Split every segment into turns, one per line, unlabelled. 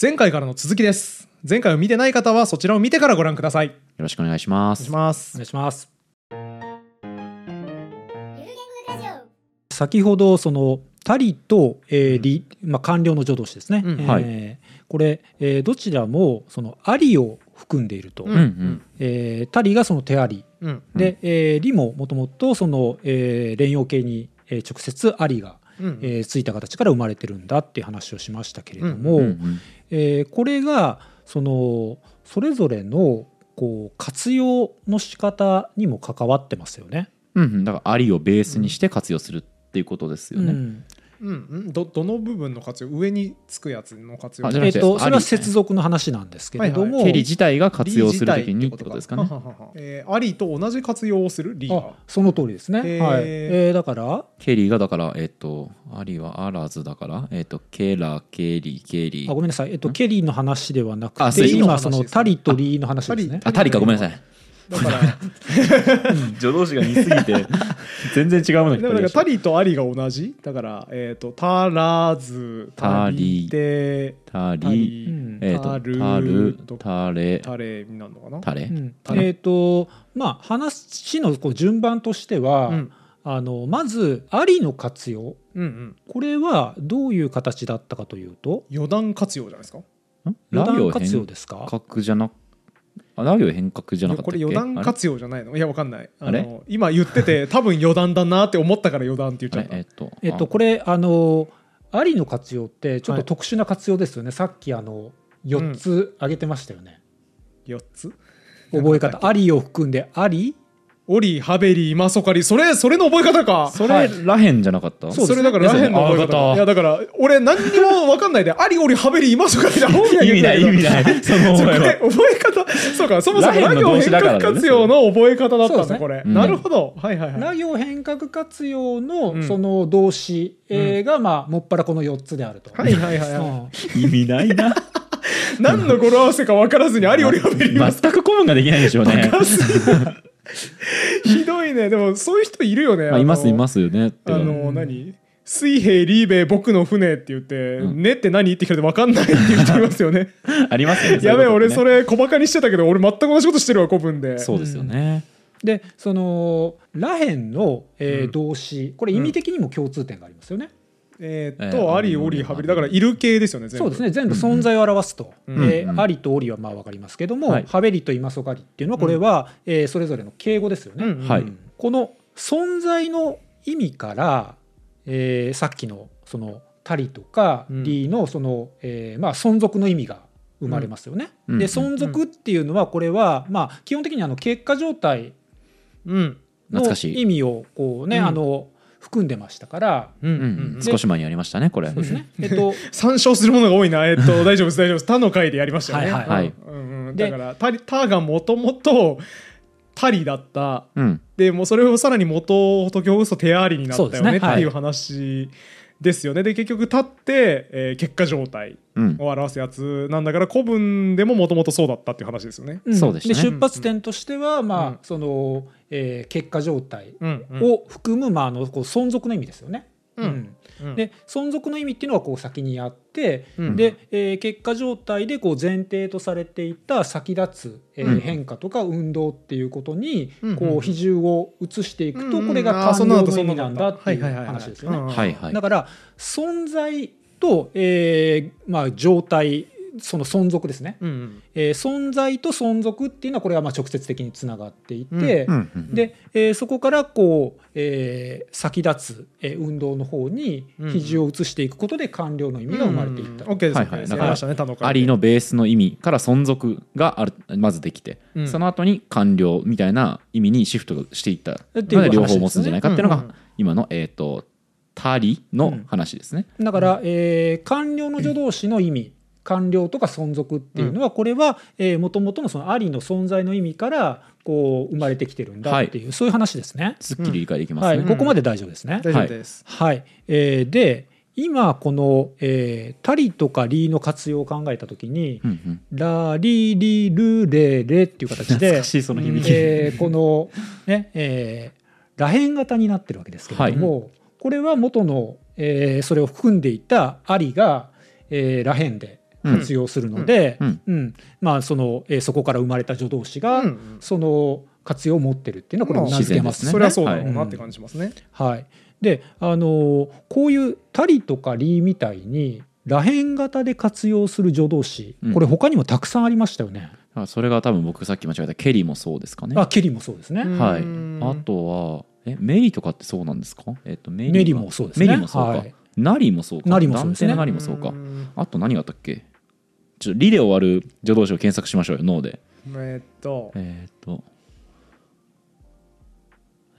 前回からの続きです前回を見てない方はそちらを見てからご覧ください
ろしくお願いしま
お願い
す
しま
お
す
願いします
ゆるゲングラジオ
先ほどそのタリと、えーリまあ、官僚の助動詞ですね、
うん
えー
は
これ、えーどちらもそのアリを含んでいると、
う
うんうん
えータリがその手アリ
うん
で、えーリももともとその、えー連用形に、えー直接アリが、
うん
えーついた形から生まれてるんだっていう話をしましたけれども、
うんうん
えーこれがそのそれぞれのこう活用の仕方にも関わってますよね。
うんうんだからありをベースにして活用するっていうことですよ
う
ね。
ん
うんうんどどの部分の活用上につくやつの活用
あじゃな
え
く
ってとそれ
あ
は
り
接続の話なんですけれども、
ケリ自体が活用するときにってことですかね
は。はははえーありと同じ活用をするリー
あ
が
その通りですね。
へー
はい、えーだから
ケリーがだから、えっ、と、ありはあらずだから、えっ、と、ケラ、ケリー、ケリ
あ
ー。
ごめんなさい、えっと、ケリーの話ではな
あ
く
そう
て
です
今そ
リーの話ですね
のタリとリーの話ですね。
あ、タリか、ごめんなさい。
だから
助動詞が似すぎ て、全然違うもの
でもなんかタリとアリが同じだから、えー、とタラズ
タ
タ
リ
リテ
タ
タ
リ、
リ
え
タ
っ、と、
ル
タル
と、
タレ、
タレになるのかな
タ
う
レ。
ん
タリ
えっとまあ話のこう順番としては、
うん
あのまずアリの活用
うんうん
これはどういう形だったかというと
余談活用じゃないですか
ん
余
ラ行
談活用
変
ですか
革じゃなあラ行変革じ
い
ゃ
や
なかった
こ
っけ
れ余談
あれ
活用じゃないのいやわかんないあの
あれ
今言って て多分余談だなって思ったから余談って言っちゃっ
あれえ
た
っと、
えっ
あ
とこれあのアリの活用ってちょっ
はい
と特殊な活用ですよね、さっきあの4つ挙げてましたよね、
4つ
覚え方アリを含んでアリ
オリハベリマソカリそれそれの覚え方か
それ、らへんじゃなかった
それだかららへんの覚え
あ
方
わ
い
か
や
っ
だから俺何にもわかんない でアリオリハベリマソカリだ本人
た
は言
意
っ
味
て
な
る
い
けど
意味ない その
そ
覚
う
え
か
は
覚え方そうかそもそも
らへ
ラ
んの
行
動
変
詞だから
革
ね
活用の覚え方だったん
そうです
だ
ね
これ
うん
なるほどはいはいは
ラ
い
行変革活用
う
の
ん
その動詞えーがまあもっぱらこの4つであると。
はいはいはいはい
うん
意味ないな
何の語呂合わせか分からずにアリオリハベリマソカリ
全く顧問ができないでしょうね、
ひどいねでもそういう人いるよね
まあ、いますい
す
ますよねって
あの、何水平リーベイ僕の船って言って「
うん
ね」って何って聞かれて分かんないって言ってますよね
ありますよね
やべえ俺そ
れ
れ小バカにしてたけど俺全く同じことしてるわ古文で
そうですよね、
でそのらへんのえ
うん
ー動詞これ意味的にも共通点がありますよね。
えーっ
えー
と「ありおりはべり」だから「いる系」ですよね全部
そうですね全部存在を表すと、
う
え
ん
うん
ーありとおりはまあ分かりますけども、
はい
はべりと今そがりっていうのはこれは、えーそれぞれの敬語ですよね、
うんうん
はい
うんこの存在の意味から、えーさっきのその「たり」とか「
うん
り」のその、えーまあ、存続の意味が生まれますよね。
うん
で
うん
存続っていうのはこれは、まあ、基本的にあの結果状態
うん
の
懐かしい
意味をこうね、
うん
あの含んでましたから。
うんう
うんうん
ん
少し前にやりましたねこれ
そうですね、えっと
参照するものが多いなえーっと 大丈夫です大丈夫です他の回でやりましたよね
はい
はい
うんうん
で
だから「た」たがもともと「たり」だった
うん
でもうそれをさらに元仏教嘘手ありになったよ
そうで
ね
すね
って
はい
いう話ですよね。で結局立って、えー結果状態
うん
を表すやつなんだから古文でももともとそうだったっていう話ですよね。
ん
そうでしたね
出発点としては、まあ
うん
その、えー結果状態
うんうん
を含む、まあ、あのこう存続の意味ですよね。
うんうん
で存続の意味っていうのはこう先にあって、
うん
で、えー結果状態でこう前提とされていた先立つ、えー
うん
変化とか運動っていうことに、
うん
こう比重を移していくと、
うん
これが
あーそ
完
んな
了
のと
の
そ
意
んな
味
のと
なんだっていう
はいはいはいはい
話ですよね。
うん
はいはい
だから存在と、えーまあ、状態その存続ですね、
うんうん
えー存在と存続っていうのはこれはまあ直接的につながっていて、
うんうん
でえーそこからこう、えー先立つ、えー運動の方に比重を移していくことで完了の意味が生まれていった
うん OK です、
は
はいい
は
はいい、や
だから
りましたね他の回
ありのベースの意味から存続があるまずできて、
うん
その後に完了みたいな意味にシフトしていったの
っていう話ですね
で両方持つんじゃないかっていうの
う
が、
んうん
今のえっ、と「たり」の話ですね。
だから、えー完了の助動詞の意味完了とか存続っていうのはこれはもともとのそのありの存在の意味からこう生まれてきてるんだっていう、そういう話ですね。
すっきり理解できます
はい、
ね。
ん
ここまで大丈夫ですね。
大丈夫です。
はい、えーで今この、えー「たり」とか「り」の活用を考えた時に
うんうん
「ラリリルレレ」っていう形
懐
で
か、しいその響き。
えーこのねえーらへん型になってるわけですけれども、これは元の、えーそれを含んでいた「あり」が「えーらへん」で
うん
活用するので
うん
うんまあそのえーそこから生まれた助動詞が
うん
その活用を持ってるっていうのはこれも名付けます
ね
それはそうだろうなって感じしますね。
はい、であのこういう「たり」とか「り」みたいにらへん型で活用する助動詞
うん
これ他にもたくさんありましたよね。
あそれが多分僕さっき間違えたケリもそうですかね
あケリもそうですね。
うん
はい
うん
あとはえメリとかってそうなんですかえっとメ
メリ
は
もそうですね。
メリもそうか
はい、
ナリもそうか
ナリもそうです
男性
ね
のナリもそうかあと何があったっけちょっとリで終わる助動詞を検索しましょうよ脳で
えーっと
えーっと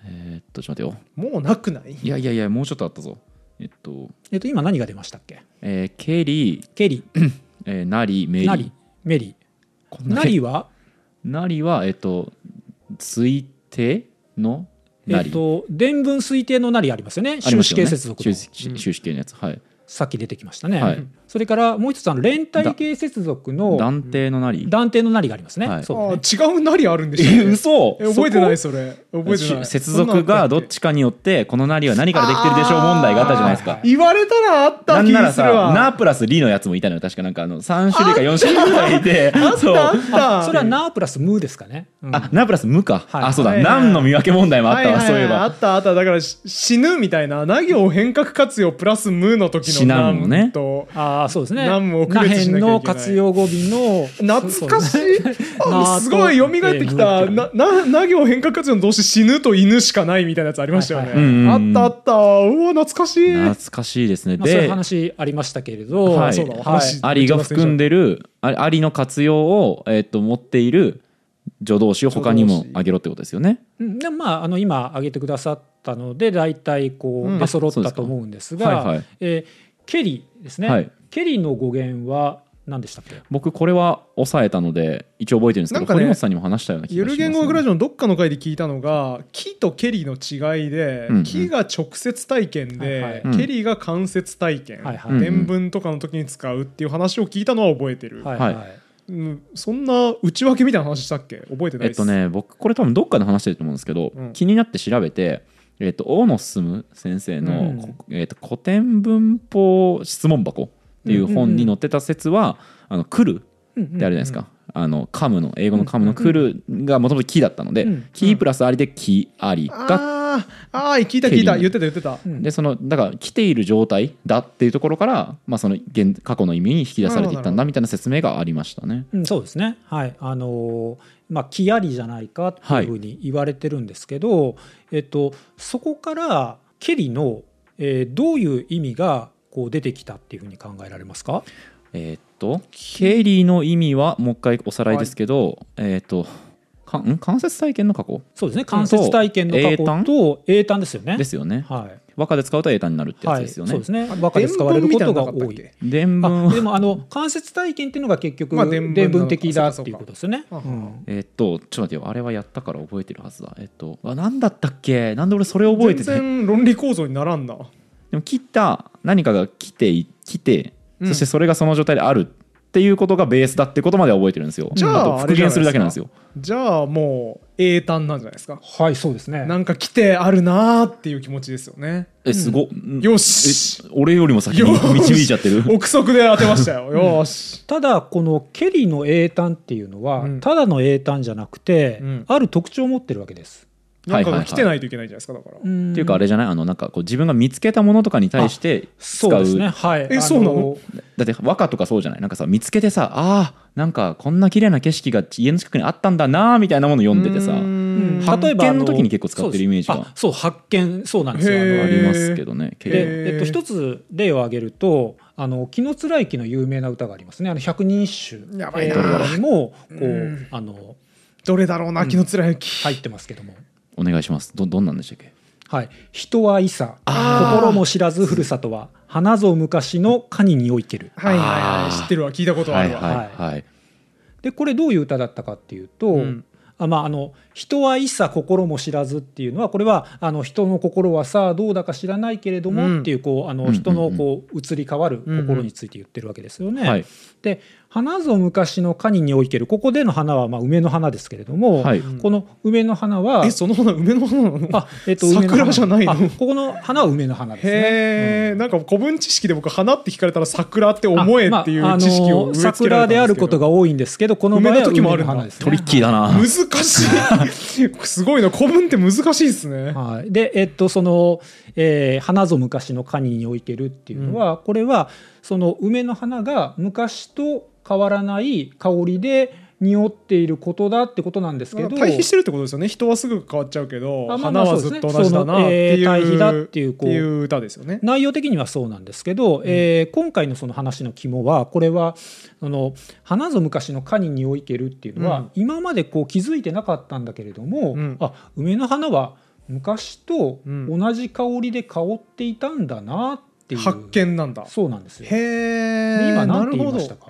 えーっとちょっと待ってよ
もうなくない
いやいやいやもうちょっとあったぞえっと
えっと今何が出ましたっけ
えーケリ、
ケリ、
えーナリメリ
ナリ、メリ。
こんだ
ナ
け
リは、
なりはえっと推定の
え
な
っ
り、
と、伝文推定のナリありますよね。
ありま
終
す
止
よね
形接続の
終。止終止形のやつはい
さっき出てきましたね。
はい
それからもう一つあの連帯形接続の
断定のなり
断定のナリがありますね。
はい
あ
そうだね
ー違うなりあるんでし
え
ょ
嘘
え覚えてない
そ
それ
こ
覚えてない
し接続がどっちかによってこのなりは何からできてるでしょう問題があったじゃないです
あ
か
ー
言われたらあった
なん
気
なら
がする
さ「
わ
な」プラス「り」のやつもいたのよ確かなんかあの3種類か4種類ぐらいいて
あった
そう
あった
それはナープラスムーですかね。うん
あなプラス「無か、
はい
あそうだ
は
「
いはい
なん」の見分け問題もあったわ、
はいはいはい
そういえば
あったあっただからし死ぬみたいなな行変革活用プラス無の時
死
の
なんもね
なんと
ああそうですね。
ナムを区別しなきゃいけない
ナヘンの活用語尾の
懐かしい、
な
あ
あ
すごい
と
蘇ってきた
えー
ななな行変革活用の動詞死ぬと犬しかないみたいなやつありましたよね、
はいはい
はいうんうん
あったあったうわ懐かしい
懐かしいですね
まあ、そういう
で
話ありましたけれど、
はい
そうだお話
ありが含んでるあありの活用を、えっと持っている助動詞を他にも
助動詞
あげろってことですよね。
うんでもまああの今挙げてくださったので大体こ
うん
う出揃っ
そうです
た
か
と思うんです
は
が、
いはい、
えーケリーですね、
はい
ケリーの語源は何でしたっけ
僕これは抑えたので一応覚えてるんですけど、
なんかね
堀本さんにも話したような気
ゆ
がし
る
ます、
言語学ラジ
オ
オのどっかの回で聞いたのが「木」と「ケリ」の違いで
うんう
「
ん
木」が直接体験
はい
で
は
「
い
ケリ」が間接体験
はいはい、
うん
伝文とかの時に使うっていう話を聞いたのは覚えてる、
はい
はい
はい
うん、そんな内訳みたいな話したっけ覚えてない
えっ
です
とね僕これ多分どっかで話してると思うんですけど、
うん
気になって調べて、えっと大野進先生の、
うん
こえっと古典文法質問箱っていう本に載ってた説は「あの来る」
うんう
っ
ん
てあるじゃないですか、あのカムの英語のカムの来るがもともと「キ」だったので「
うん
キ」プラス「あり」で「キ」「あり」が
あーあー聞いた聞いた
ケリ
言
ー
ってた言ってた、
うん
でそのだから来ている状態だっていうところから、まあ、その現過去の意味に引き出されていったんだみたいな説明がありましたね。
うん、そうですね、はいあのーまあ、木ありじゃないかっていうふうに言われてるんですけど、えっと、そこからケリの、えーどういう意味がこう出てきたっていうふうに考えられますか
えーっとケリーの意味はもう一回おさらいですけど、えーっとかん関節体験の過去
そうですね間接体験の過去と英単ですよね。
ですよね。
はい
和歌で使うと英単になるってや
は
つ
い、
ですよ
そ
ね。
うですね。和歌で使われることが多い。
伝文
あ
は
でもあの間接体験っていうのが結局
まあ伝聞なの
伝文的だっていうことですよね。
そうか
う
そうか
ん
えーっとちょっと待ってよあれはやったから覚えてるはずだ。えーっとあ何だったっけなんで俺それ覚えてない
全然論理構造にならんな
でも切った何かが来てい来て
うん
そしてそれがその状態であるっていうことがベースだってことまでは覚えてるんですよ。
じゃあ
と復元するだけなんですよ。
じゃあもう英単なんじゃないですか
はいそうですね。
なんか来てあるなーっていう気持ちですよね
えすごっ、
よし
え俺よりも先
よー
に
し
導いちゃってる。
憶測で当てました よよーした
だこのケリの英単っていうのは、
うん
ただの英単じゃなくて、
うん
ある特徴を持ってるわけです。
なんか
はいはいは
が
い
来てないといけないじゃないですかだから
ん
っていうかあれじゃないあのなんかこう自分が見つけたものとかに対して使う
そうですね。はい。
え
あ
そうなの
だって和歌とかそうじゃないなんかさ見つけてさあーなんかこんな綺麗な景色が家の近くにあったんだなーみたいなもの読んでてさ
うん
は
発
例えばあ
見の時に結構使ってるイメージが
そうですあそう発見そうなんですよ。あ
へ
あ
ー
り
の
ますけどね。
へ
結構
ー
で、えっと、一つ例を挙げると「あの紀の貫之」の有名な歌がありますね「あの百人一首」
やばいな
にもこう、
うん
あの
どれだろうな気の貫之、
入ってますけども。
お願いします。どどんなんでしたっけ
はい、人はいさ
あー
心も知らずふるさとは花ぞ昔のカニにおいける
はいはいは
あ
い
ー
知ってるわ聞いたことあ
はい
るわ、
はいはい。
でこれどういう歌だったかっていうと、
うん
あまああの「人はいさ心も知らず」っていうのはこれはあの人の心はさどうだか知らないけれども、
うん
っていうこうあ
うんうん
の
うん
人のこう移り変わる心について言ってるわけですよね。
はい
で「花ぞ昔のカニにおいけるここでの花はまあ梅の花ですけれども、
はい
うん
この梅の花は
えその花梅の花なの
あ、えっと、
桜
梅の花
じゃないの
あここの花は梅の花ですね。
へえ、なんか古文知識で僕花って聞かれたら桜って思えってい
あまあ
う知識を植え付けら
あの
れたんですけど
桜であることが多いんですけど、この場合は
梅の時もあ
梅
る
の
んだ
花ですね。
トリッキーだな、
難しいすごいな古文って難しいですね
はいはいで、えっと、その、えー花ぞ昔のカニにおいてるっていうのは、これは、その梅の花が昔と変わらない香りで匂っていることだってことなんですけど、
対比してるってことですよね人はすぐ変わっちゃうけど
あまあま
花
あ
はずっと同じだなっていう,、
そうですねそのえー対比だっていうこう
歌ですよね
内容的にはそうなんですけど、えー今回のその話の肝はこれはあの花ぞ昔のカニにおいけるっていうのは、
うん
今までこう気づいてなかったんだけれども、
うん
あ梅の花は昔と
うん
同じ香りで香っていたんだなっていう、
発見なんだ
そうなんですよ。
へ
で
え
今何て言いましたか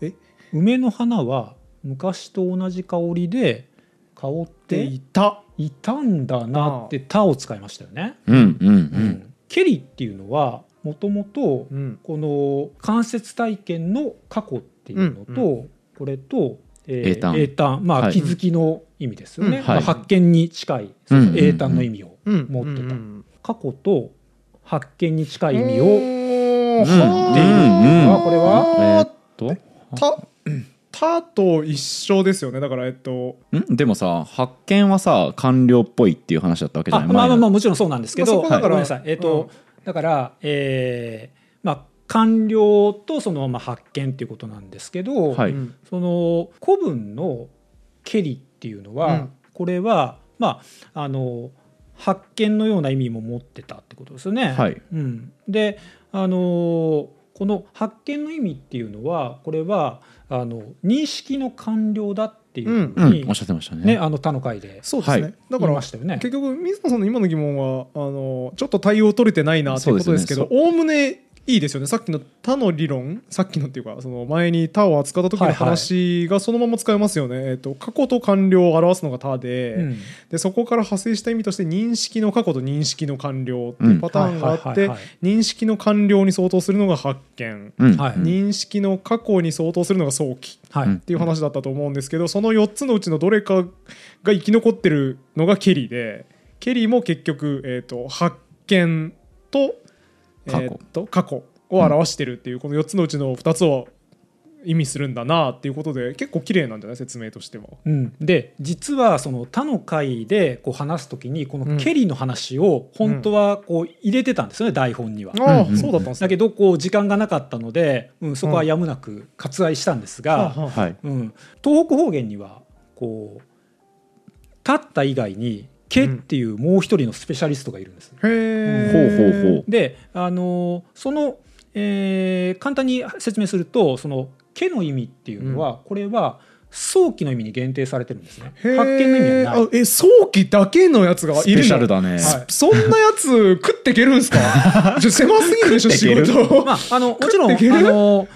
え
梅の花は昔と同じ香りで香っ
で
て
いた
いたんだなって「た」を使いましたよね。
うんうんう
うんケリっていうのはもともと
うん
この間接体験の過去っていうのと、
う
これと、え
英単
英単まあ、
はい
気づきの意味ですよね、
うん
はい
まあ発見に近いそ
うんうん
の
うん
英単の意味を、
うん
持ってた
うん
過去と発見に近い意味
おー
うんう
を
ん
は
うんこれは
あ
えー
ー
っと
た「た」と一緒ですよねだからえっと
んでもさ発見はさ官僚っぽいっていう話だったわけじ
あ
ゃない
まあまあまあ
あ
もちろんそうなんですけど、
まあそこだから
ごめんなさいえっ、
うん
と、だからえーまあ完了とそのまあ発見っていうことなんですけど、
はい
うん
その古文の「ケリ」っていうのは、
うん
これはまああの発見のような意味も持ってたってことですよね。
はい
うん、であのこの発見の意味っていうのはこれはあの認識の完了だっていうふ
う
うに、
んおっしゃってましたね
ね、あの他の回で
そうですね、
はい
だか
言いま
ら
したよね。
結局水野さんの今の疑問はあのちょっと対応取れてないなということですけど
そう
おおむねいいですよねさっきの「他の理論さっきのっていうかその前に「他」を扱った時
は
の
いはい
話がそのまま使えますよね、えっと過去と完了を表すのが「他で」
うん
でそこから派生した意味として認識の過去と認識の完了っていうパターンがあっ
はい
て
はいはい
認識の完了に相当するのが発見、
うん
はい
認識の過去に相当するのが早期
はい
うん
っていう話だったと思うんですけどその4つのうちのどれかが生き残ってるのがケリーでケリーも結局、えー、と発見と,、え
過去
ーと過去を表してるっていう、この4つのうちの2つを意味するんだなっていうことで結構綺麗なんじゃない説明としては。
うん、で実はその他の回でこう話すときにこ
うん
のケリーの話を本当はこう入れてたんですよね、台本には。
ああ、
うんうん
そうだったんです
だけ
ど、
どこう時間がなかったので、うん、そこはやむなく割愛したんです
は
が、
あはあ
はい
うん東北方言にはこう「立った」以外に「ケ」っていうもう一人のスペシャリストがいるんです。
へ
ほうほ
え
うほう
であのその、えー簡単に説明するとその「け」の意味っていうのは、これは早期の意味に限定されてるんですね。発
へえ
見の意味はない
あえ早期だけのやつがいるの
スペシャルだね
はいそんなやつ食ってけるんすかちょ狭すぎるでしょ仕
食ってける
事
まあ、あのもちろん
食っていける
あの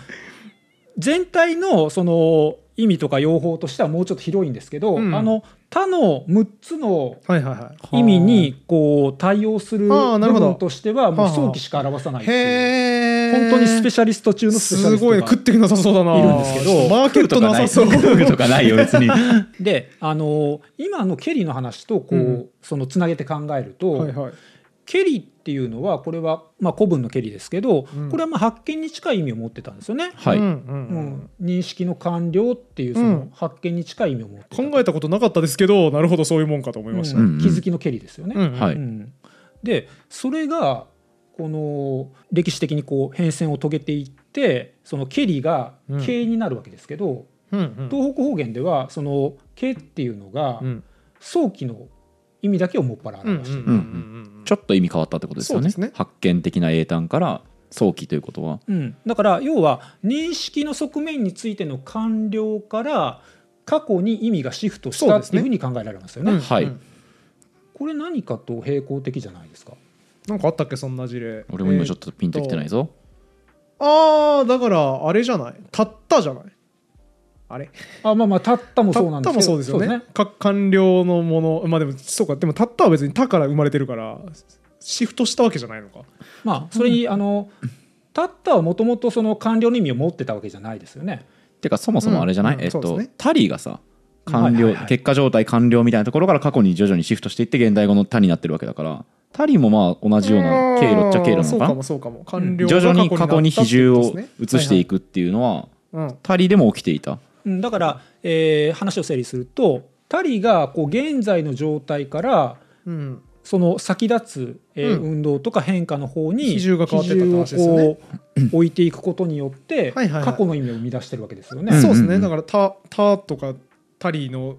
全体のその意味とか用法としてはもうちょっと広いんですけど、
うん
あの他の6つの
はいはいはい
意味にこう対応する
あー
部
なるほど
分としてはもう早期しか表さないっていう
へえ
本当にスペシャリスト中のスペシャ
す
リスト
ごいね
が
食ってけなさそうだない
るんですけど
ちょっとマーケットなさそう
食うとかないよ別に
であの今のケリーの話とこう、
うん
そのつなげて考えると、
はいはい
ケリーっていうのはこれは、まあ、古文のケリーですけど、
うん
これはまあ発見に近い意味を持ってたんですよね。
はい、
うん
う
うん
ん、認識の完了っていうそ
うん
の発見に近い意味を持ってたと
考えたことなかったですけどなるほどそういうもんかと思いました
う
うん
うん
気づきのけりですよね。
ん
は
う
い
んでそれがこの歴史的にこう変遷を遂げていってそのケリが
うん
形になるわけですけど、
うん
東北方言ではその「け」っていうのが
うん
早期の意味だけをもっぱら
うんうん
表してる、
うんうん
ちょっと意味変わったってことですよ
そう
ね
ですね
発見的な英単から早期ということは
うんだから要は認識の側面についての完了から過去に意味がシフトし
そう
た
で
っ
す
てい
ね
うふうに考えられますよ
う
ね。
ん
はい
うん
これ何かと並行的じゃないですか。
なんかあったっけそんな事例
俺も今ちょっ
と
とピンときてないぞ、
ああだからあれじゃないたったじゃないあれ
あまあまあたったも
た
そうな
っ
んで
た
すけ
も
ど
そうですよね。か官僚のものまあでもそうかでもたったは別にたから生まれてるからシフトしたわけじゃないのか
まあそれにあの「たった」はもともとその官僚の意味を持ってたわけじゃないですよね。
てかそもそもあれじゃない、
うんうん
えっ
そうです
と、
ね
タリーがさ完
は
了、
いはいはい
結果状態完了みたいなところから過去に徐々にシフトしていって現代語の「タ」になってるわけだからタリーもまあ同じような経路っちゃ経
あー
路
そう
な
か
の
も
か
そうかも
うん
完
な
了
徐
が
々に
過
過
去
去
に
に比重を移
移
していくっていうのは
うん
タリーでも起きていた
うんだから、えー話を整理するとタリがこう現在の状態から
うん
その先立つ、えー
うん
運動とか変化の方に
比重が変わってたって話ですよね
比重をこう置いていくことによって
はいはいはい
過去の意味を生み出してるわけですよね。
ん
そうです
うんう
ね
ん
だから「た」たとか「たり」の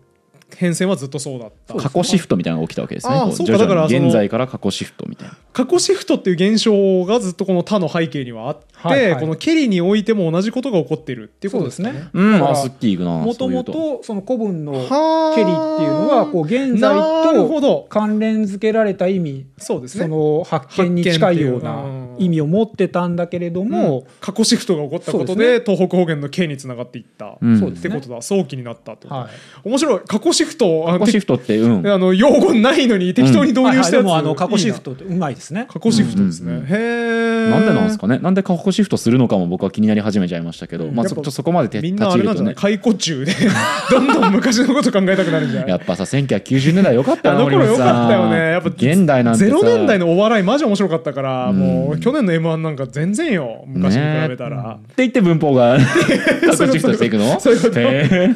変遷はずっとそうだった
過去シフトみたいなのが起きたわけですね
あー
こう
そう
徐
かだから
々
その
に現在から過去シフトみたいな
過去シフトっていう現象がずっとこの「他」の背景にはあって、
はいはい
この「ケリ」においても同じことが起こってるっていうこ
そ
と
うで
ですすかね。
ね。
うん
だから
あすっきりいくな
も
そ
とも
ういう
とその古文の
はー
ケリっていうのはこう現在
なるほ
と
ど
関連づけられた意味
そうです
そ
ね
の発見に近いよう
発見
な
っていう
意味を持ってたんだけれども
もう過去シフトが起こったこと
そうで
で東北方言の「ケ」につながっていった、
うん
そうで
っ
す
て
ね
ことだ早期になったってこと、
はい
面白い過去シフトあ
過
の
去シフトっ てうん
あの用語ないのに適当に導入したやつ、
はいはいでもあの過去シフ
ト
トってうまいですね。
過去シフトですね、
うんうんうん
へえ
なんでなんですかねなんで過去シフトするのかも僕は気になり始めちゃいましたけど、
うん
まあ、
やっ
そ
ぱ
ちょそこまでて
みん
立ち
なあ
入
れ
る
なん
と
じゃな
ね
い解雇中で どんどん昔のこと考えたくなるんじゃな
や
い
っぱさ1990年代良かったよ
あ
な
の頃
森
良
本さん
かったよねやっぱ
現代なんてさ
0年代のお笑いマジ面白かったから、
うん
もう去年の m 1なんか全然よ昔に比べたら、
って言って文法が 過去シフトしていくの
そういうこと
へー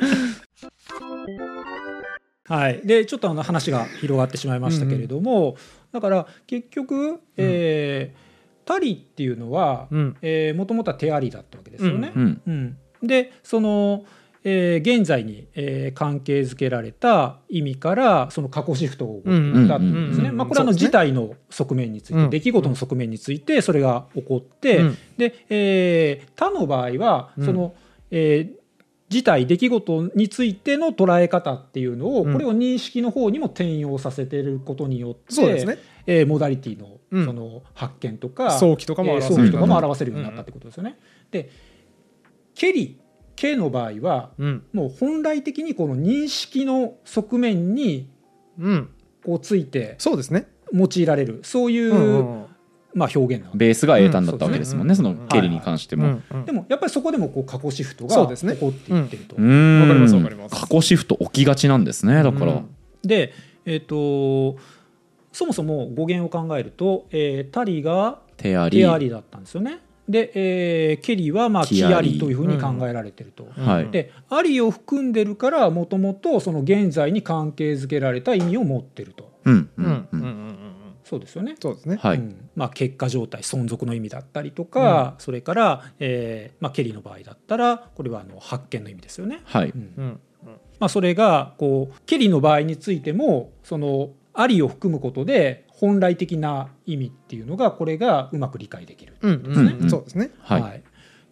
はい、でちょっとあの話が広がってしまいましたけれども、だから結局、えータリっていうのは
うん
もともとは手ありだったわけですよね。
う
うん
ん
でその、えー現在に、えー関係づけられた意味からその過去シフトを起こったっていうんです
う
ね。
ん
まあこれはあの
そうですね
事態の側面について、
うん
出来事の側面についてそれが起こって、
うん
で、えー他の場合は
うん
その、えー事態出来事についての捉え方っていうのを、
うん
これを認識の方にも転用させてることによって
そうですね
えーモダリティの
うん
その発見とか、
早期とかも
えー
表せ
早
る、
期とかも
うん
表せるようになったってことですよね。でケリケの場合は
うん
もう本来的にこの認識の側面に
うん
こうついて
そうですね、
用いられるそういう、
うん
まあ、表現なわけ
ベースが英単だったわけですもんね、
うん
そ
そうですね
のケリに関しても、
でもやっぱりそこでもこう過去シフト
そ
が
うですね
起こっていってると。
うーん
わかりますわかります
過去シフト起きがちなんですねだから、
うん
で、えっとそもそも語源を考えると、えータリが
手あり
テアリだったんですよね。で、えーケリはまあ
キ
キ
アリ
アリというふうに考えられてると。
はい
でアリを含んでるからもともとその現在に関係づけられた意味を持ってると
うんう
うんんうん
う
うんんうんうん
そうですよね。
そうですね
はい、
うんまあ、結果状態存続の意味だったりとか、それから、えーまあ、ケリの場合だったらこれはあの発見の意味ですよね。
はい、
うん
うん
まあ、それがこうケリの場合についてもそのアリを含むことで本来的な意味っていうのがこれがうまく理解できる。
うんうん
うん
そうですね
はい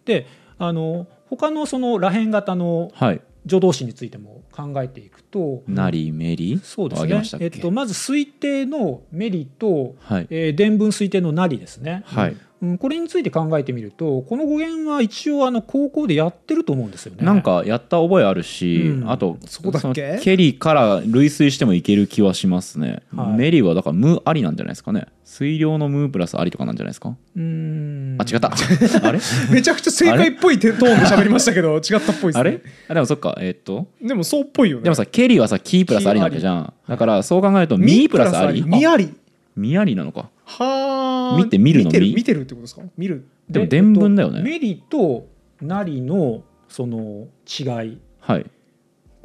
であの他のそのらへん型の
はい
助動詞についても考えていくと、
なりめり
そうで
あ
す
げ
ね
ましたっ
え
け、
っと、まず推定のメリと、
はい
えー伝文推定のなりですね、
はい、
うん、これについて考えてみるとこの語源は一応あの高校でやってると思うんですよね。
なんかやった覚えあるし、
うん
あと
そうだっけ
のケリから類推してもいける気はしますね、
はい
メリはだから無ありなんじゃないですかね水量の無プラスありとかなんじゃないですか、
うん
あ違ったあれ
めちゃくちゃ正解っぽいトーンで喋りましたけど違ったっぽいですね
あれあでもそっかえーっと
でもそうっぽいよね
でもさケリはさキープラスありなわけじゃんだからそう考えるとミープラスあり
ミあり
ミありなのか
はあ
見て見るの
見てる
見
見てるってことですか見る
でも伝聞だよね
えっとメリとなりのその違い
はい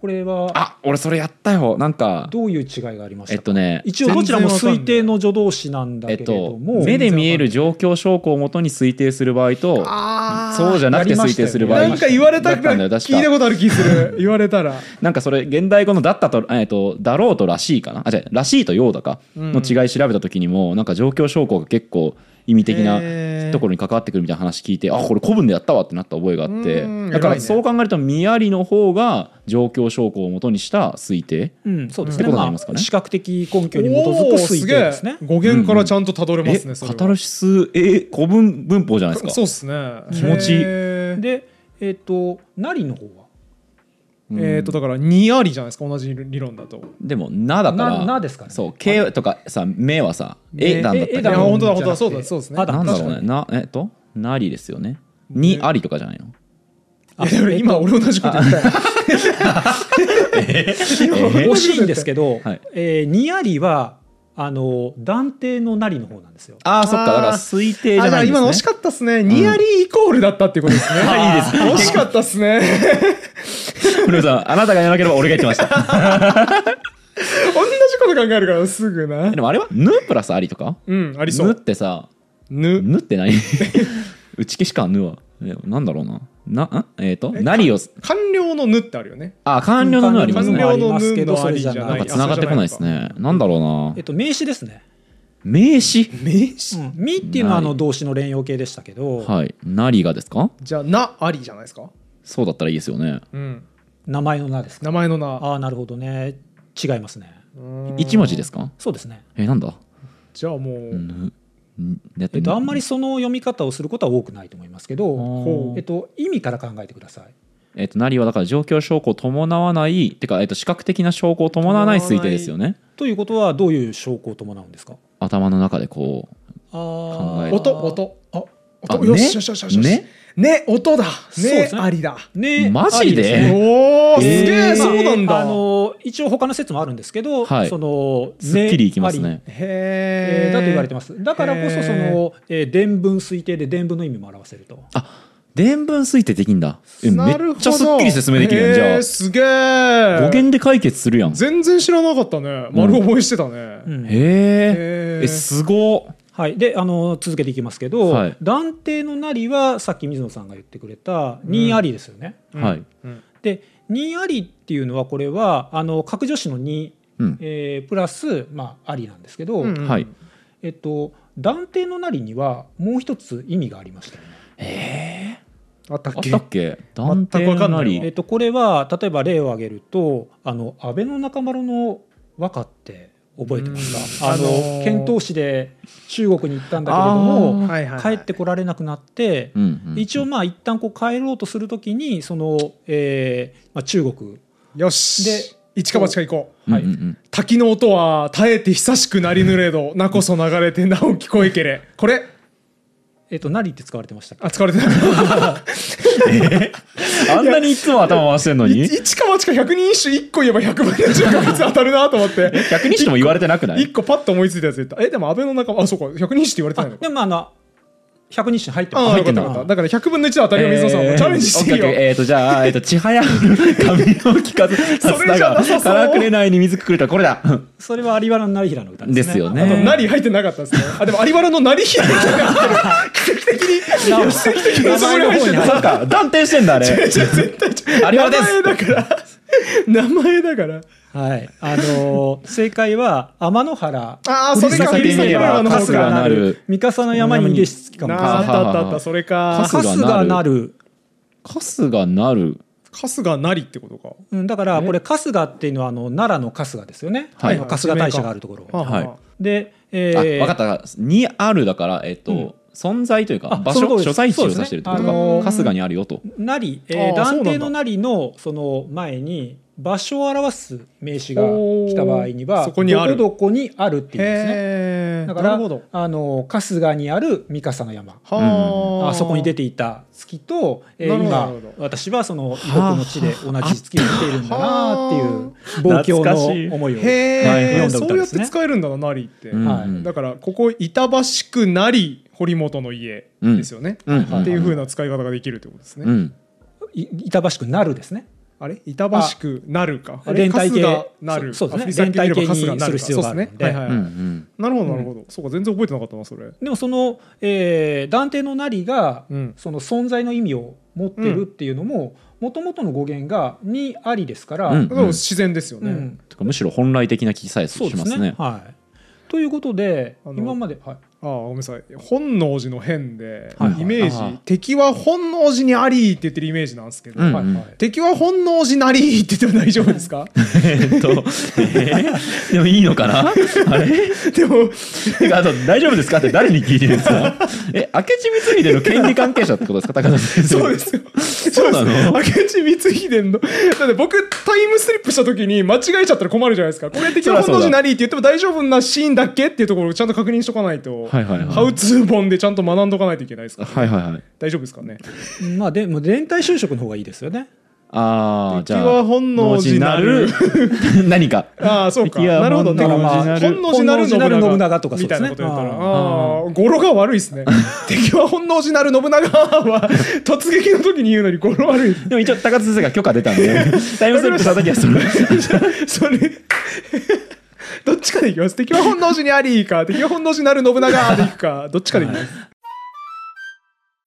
これは
あ俺それやったよなんか
どういう違いがありまし
えった
か、
とね
一応どちらも
全然わかんない
推定の助動詞なんだ
え
け
っ
れ
と
ども、
目で見える状況証拠をもとに推定する場合と
あ
そうじゃなくて推定する場合
なんか言われた
だっ
くら
んだよ確か
聞いたことある気する言われたら
なんかそれ現代語のだったと,、えー、とだろうとらしいかなあじゃらしいとようだか
うん
の違い調べた時にも、なんか状況証拠が結構意味的
へ
な
ー
ところに関わってくるみたいな話聞いてあこれ古文でやったわってなった覚えがあって
うん
だか
偉い
ら
ね
そう考えると見ありの方が状況証拠をもとにした推定
うん、そうです
っ
ね
てことに
ま
な
あ
りますかね
視覚的根拠に基づく推定ですね
おー。げえ語源からちゃんとたどれます
え
ねそれ
カ
は
タルシスえ古文文法じゃないですか
そうっすね
気持ちいい
へー
で、えっとなりの方は
うん
えっとだから2ありじゃないですか同じ理論だと
でも「な」だから
ななですからね
そう「け」とかさ「め」はさ「え」
め
なんだっ
え
た
え
けど
いや本当だ
じゃなくて
本当だそうだそうですね
あ
なんだろう
確
ね
かに
なえっと「なり」ですよね「に」ありとかじゃないの
いやでも今俺同じこと言ったよ今俺同じこと言ったよ
惜しいんですけど、
はい
えー、ニアリはあの断定のなりの方なんですよ。
ああそっかだから
あー
推定じ
あじ
ゃ
ゃ
な
あ
いんですね
今の惜し かったっすねニアリーイコールだったっていうことですね、
あいいで
惜
す
しかったっすね
古野さんあなたがやらなければ俺が言ってました
同じこと考えるからすぐな
でもあれは「ぬ」プラス「あり」とか
うんあ
「
りそ
ぬ」
う
ってさ「
ぬ
ぬ」って何 打ち消しか「ぬ」はえなんだろうななあえっ、と「
え
なり」を
完了のぬってあるよね
あ完了の「ぬ」あります
完
ね
了の
ありますけ
ぬ
ど
のありじゃ
あ
な
なん
い
か繋がってこないですねなんだろうな
えっと名詞ですね。
名詞
名詞
うん、みっていうのはあ
な
の
い
動詞の連用形でしたけど、
はい「なり」がですか
じゃあなありじゃないですか
そうだったらいいですよね
うん
名前の名ですか。
名前のな
ああなるほどね。違いますね。
一文字ですすか
そうですね。
えなんだ
じゃあもう、
ぬんだって
えっとあんまりその読み方をすることは多くないと思いますけ
あ
ど、
ー
えっと意味から考えてください。
えっと、なりはだから状況証拠を伴わないてか、えっと、視覚的な証拠を伴わない推定ですよね
ということはどういう証拠を伴うんですか。
頭の中でこう
あ
考え
ー
る
音。音あ音
あ
よ
ね
しよしよしよし
ね
ね音だ
そうで
ね
すね
ありだ
ね、
マジで
ありすね
おおす
えー
げえ、
まあ
そうなんだ、
あの一応他の説もあるんですけど、
はい
その
すっきりいきますね
あり
へえ
えーだと言われてます。だからこ
へ
そ
ー
その、えー伝文推定で伝文の意味も表せると。
伝聞推定できんだえめ
な
っ
るほど
ちゃすっきり説明できるやんじ
へ
ゃ
ーすげえ
あ語源で解決するやんへ
全然知らなかったね丸覚えしてたね、
うん
え
へー
えすごっ
はい、であの続けていきますけど、
はい
断定のなりはさっき水野さんが言ってくれた2ありですよね。
うん
はい
うん
で2ありっていうのはこれはあの格助詞の2、
うん
えープラス、まあ、ありなんですけど、
うんうん
はい
えっと、断定のなりにはもう一つ意味がありましたよね。
え
あったっ
あっ
け
たっけ断定
全くわか
の
ん
な
ないわ
り
えっと、これは例えば例を挙げるとあの安倍の中丸の和歌って覚えてますか、
うん
あの
あのー
遣唐使で中国に行ったんだけれども
はいはいはい
帰ってこられなくなって、
うんうんうん
一応まあ一旦こう帰ろうとするときにその、えーまあ、中国
よし
で
一か八か行こう
うん
はい
うんうん
滝の音は耐えて久しくなりぬれどなこそ流れてなお聞こえけれこれ
えっと何って使われてましたっけ
あ疲れてない
あんなにいつも頭回してんのに
1か8か100人一首1個言えば100分の10確率で当たるなと思って
逆にしても言われてなくない
1個パッと思いついたやつ言ったえでも安倍の仲間あそうか100人一首って言われて
あ
ないのか
でもあの百日に入って
ああ
入
よか
って
った
た
よかっただから100分の1で当たりの水野さん
え
も
ー
チャレンジしていい
オッケーオッケ
よ
ーえっ、とじゃあ、えっと千早 髪を利かずさす
それじゃ
が
なさそう
からくれないに水くくれたこれだ
それは有原の成平の歌です
で
ね
すよ
あ
ね
と「なり」入ってなかったですねあでも有原の「なり」開いてなかった奇跡的に奇跡的にそこに入ってた
そうか断定してんだあれ
違う絶対違う
有原で
名前
す
だから名前だから
はい、あのー正解は天の原
ああそれか振
振り
り下げ
下げれ
れ
ば
ばの
春
方
日
か
なる
三笠の山に弟子つきかも
な
しれ
あ
な
あ
い
ったあったあったそれか
春日
春
なる
日なる、
春日なる
春日なりってことか
うん、だからこれ春日っていうのはあの奈良の春日ですよね、
はい
あの春日大社があるところ、
あ
はい
あ
で、え
あ
ー
分かったにあるだからえっ、と、
うん
存在というか
あ
場
その通
所所
りです
在地を指してるってことか、
そうですねあのー
春日にあるよと
なり、えー
あー
断
そうな
定
んだ
のなりのその前に場所を表す名詞が来た場合に
お
は
ーそこにある
どこどこにあるっていうんですね
へえ
だから
なるほど
あの春日にある三笠の山
は
あそこに出
て
ていた月と、え
な
ー、
るほど
今
なるほど
私はその異国の地で同じ月を見ているんだなっていう望
は懐
郷
かしい
の思いを
へ
は
え
い
そ
読
うや
んだ歌で
っ
すね
て使えるんだななりって
うん
はい
うん
だからここ板橋区なり堀本の家ですよね
うんうん
っていう風な使い方ができるってことです
う
ね
ん
い板橋区なるですね
あれ板橋区なるかあれ
連帯
春
系
日なる
そうそうです
あ振
ね
り先見れば
連帯系に
春日なか
する必要があるので
そうですねはい
うん
はいは
う
い
ん
なるほどなるほどそうか全然覚えてなかったなそれ
でもその、えー断定のなりが、
うん
その存在の意味を持ってるっていうのももともとの語源が「にあり」ですから、
うん
だから自然ですよ
う
ね
ん
てかむしろ本来的な気さえし
そう
ま
ですす
ね
ね。はい、ということで
あの
今まで、はい、
ああごめんなさい本能寺の変で
はいはい
イメージ、
ああ
敵は本能寺にありって言ってるイメージなんですけど、
うん
はいはい
敵は本能寺なりって言っても大丈夫ですか
えっと、えーでもいいのかなあれ
でも
てかあと大丈夫ですかって誰に聞いてるんですかえ明智光秀の権利関係者ってことですか高田先 生
そうですよ
そうなの
明智光秀のだって僕タイムスリップした時に間違えちゃったら困るじゃないですかこれって基本
そりゃそうだ
の字なりって言っても大丈夫なシーンだっけっていうところをちゃんと確認しとかないと、
はいはいはい
ハウツー本でちゃんと学んどかないといけないですから、
はいはいはい
大丈夫ですかね
まあでも連帯就職の方がいいですよね。
ああじゃあ
敵は本能寺なる
る 何か
ああそうか
いや
なるほど
本能
だ
寺
から
なる
本能寺なる信長
本能寺なる信長とかそう
みた
で
いな
すね
こと言ったらあ
あー
あー語呂が悪いですね敵は本能寺なる信長は突撃の時に言うのに語呂悪い
でも一応高津先生が許可出たんで タイムスリップした時はそれ
それどっちかでいきます敵は本能寺にありか敵は本能寺なる信長でいくかどっちかでいきます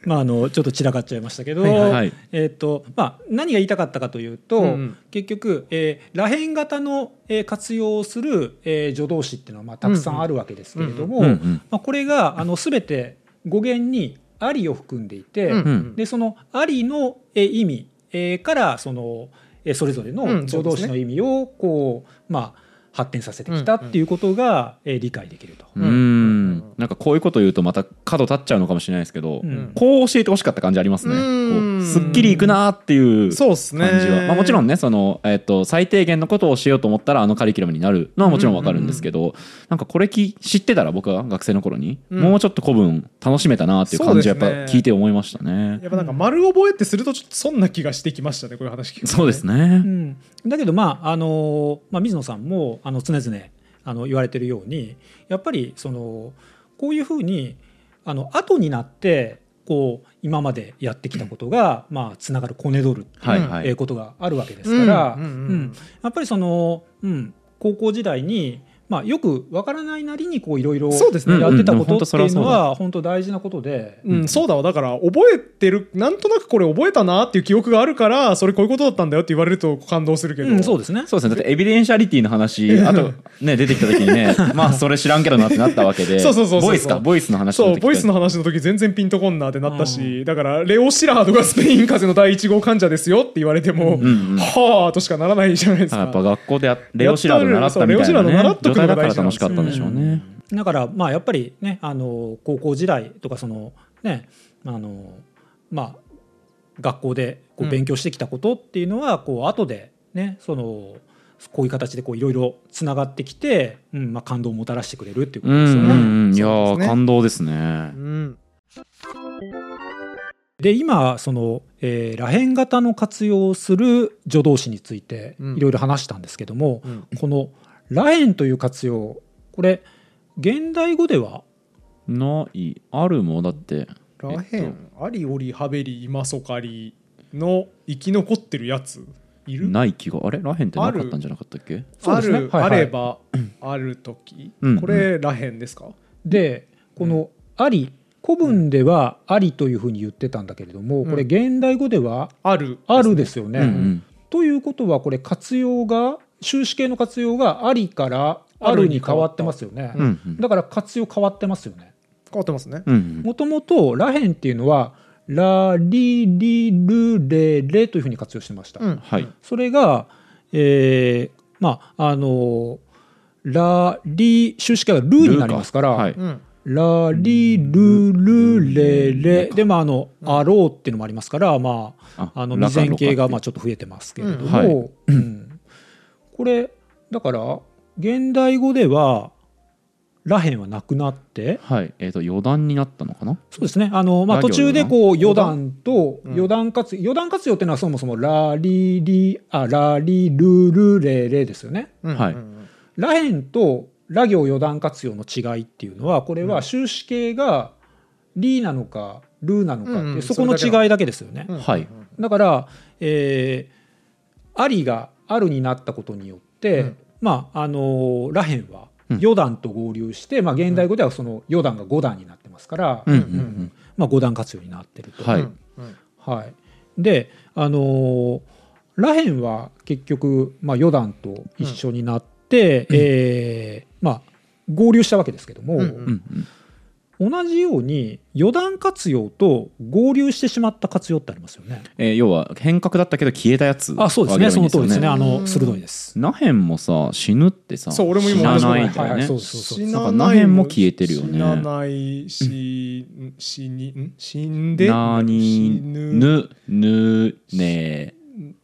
まああのちょっと散らかっちゃいましたけど、
はいはいはい
えっ、とまあ何が言いたかったかというと、
うんうん
結局、えー、螺旋型の、えー活用をする、えー助動詞っていうのはまあたくさんあるわけですけれども、
うんうんうんうん
まあこれがあのすべて語源にありを含んでいて、
うん
うん
でそのありの、えー意味、えーからその、えーそれぞれ
うん
の
そうで
助
すね
動詞の意味をこうまあ発展させてきたっていうことが、えー理解できると。
うーんなんかこういうこと言うとまた角立っちゃうのかもしれないですけど、
うん
こう教えてほしかった感じありますね
うーん
こうすっきりいくなーっていう
そうっすね
感じは、まあ、もちろんねその、えっと最低限のことをしようと思ったらあのカリキュラムになるのはもちろんわかるんですけど、なんかこれき知ってたら僕は学生の頃に、
うん
もうちょっと古文楽しめたなっていう感じはやっぱ
そうですね
聞いて思いましたね。
やっぱなんか丸覚えってするとちょっとそんな気がしてきましたねこういう話聞くとね
そうです
う
ね、
ん、だけど、まああのまあ、水野さんもあの常々あの言われてるようにやっぱりそのこういうふうにあの後になってこう今までやってきたことが、まあ、つながるこねどるっていう
はいは
え
い
ーことがあるわけですから、
うんうんうん
うんやっぱりその、うん、高校時代に、まあ、よくわからないなりにこういろいろ
そうですね
やってた
うんうんでも本当
ことって
それ
い
は
う
そう
の
だ
は本当大事なことで、
うん、そうだわだから覚えてるなんとなくこれ覚えたなっていう記憶があるからそれこういうことだったんだよって言われると感動するけど、
うん、そうですね。
そうですねだってエビデンシャリティの話あとね出てきた時にねまあそれ知らんけどなってなったわけで
そうそうそうそう
ボイスかボイスの話の
そう
時とか
ボイスの話の時全然ピンとこんなってなったしだからレオ・シラードがスペイン風邪の第1号患者ですよって言われても、
んうん
はあとしかならないじゃないです
あ
か。
やっぱ学校でやレオシラード習っ
そう
たみたい
レオシラー
な
ド
ね
習っと
状
くの
態
が
だか
大
ら
事なんですよ
楽しかったんでしょうね。
だからまあやっぱりねあの高校時代とかそのねあのまあ学校でこ
うん
う勉強してきたことっていうのはこう後でねそのこういう形でこういろいろつながってきて、うんまあ、感動をもたらしてくれるっていうこ
う
と
ん
ですよね。
うんうんいや
そう
ー
ですね
感動ですね
う。ん
で今その、えー、螺旋型の活用をする助動詞について
うん
いろいろ話したんですけども、
うん
この螺旋という活用これ現代語では
ないあるもんだって
らへん、ありおりはべりいまそかりの生き残ってるやついる
ない気があれらへんってなかったんじゃなかったっけ
そう
あ
ですね
る、
はいはい
あればある時、
うん
これらへんですか、
でこの「あり」古文では「あり」というふうに言ってたんだけれども、
うん
これ現代語では
ある
「ある」ですよね。
うんうん
ということはこれ活用が修士系の活用が「あり」から「ある」に変わってますよね。
うんうん
だから活用変わってますよね。
変わってますね、
うんうん
もともと「らへん」っていうのは「らりりるれれ」というふうに活用してました。
うん
はい
それが、えーまああの「らり」修士系が「る」になりますから。
ルーはい
うん
ラリルルレレでまああの「あろう」っていうのもありますからまああの
ラ
未
カン
然形がまあ
ロ
ちょっと増えてますけれど
うん
はい
も、うんこれだから現代語では「らへん」はなくなって
カはいえっと余談になったのかな
そうですねあの、まあ、
ら行
途
な
中でこう余談と
うん
余談活用余談活用っていうのはそもそも「ラリリあラリルルレレ」ですよね。
うん
はい
うん
らへんとら行余談活用の違いっていうのはこれは修士系がリーなのかルーなのかっていう
うんうん
そこの違いだけですよね。
うん
はい
うん
だから、えーありがあるになったことによって、
うん
まああのーらへんは
うん
余談と合流して、まあ、現代語ではその余談が五段になってますから、
うんうん
まあ、五段活用になってると。
はい
うんうん
はい、であのーらへんは結局、まあ、四段と一緒になって、えーまあ、合流したわけですけども、
うんう
うんうんうん
同じように余談活用と合流してしまった活用ってありますよね。
えー要は変革だったけど消えたやつ
あそうですね
をあげれ
そ
ばいいん
の通りですね。あ
う
の
ん
鋭いです。
ナヘンもさ死ぬってさ
そう俺も今
死なない
同
ん
じ
だよ
はい
ね
そうそうそう
死
なん
な
か
な
何
い
円も消えてるよね
死なないし、ん死にん死んで
なに
死ぬ
ぬぬね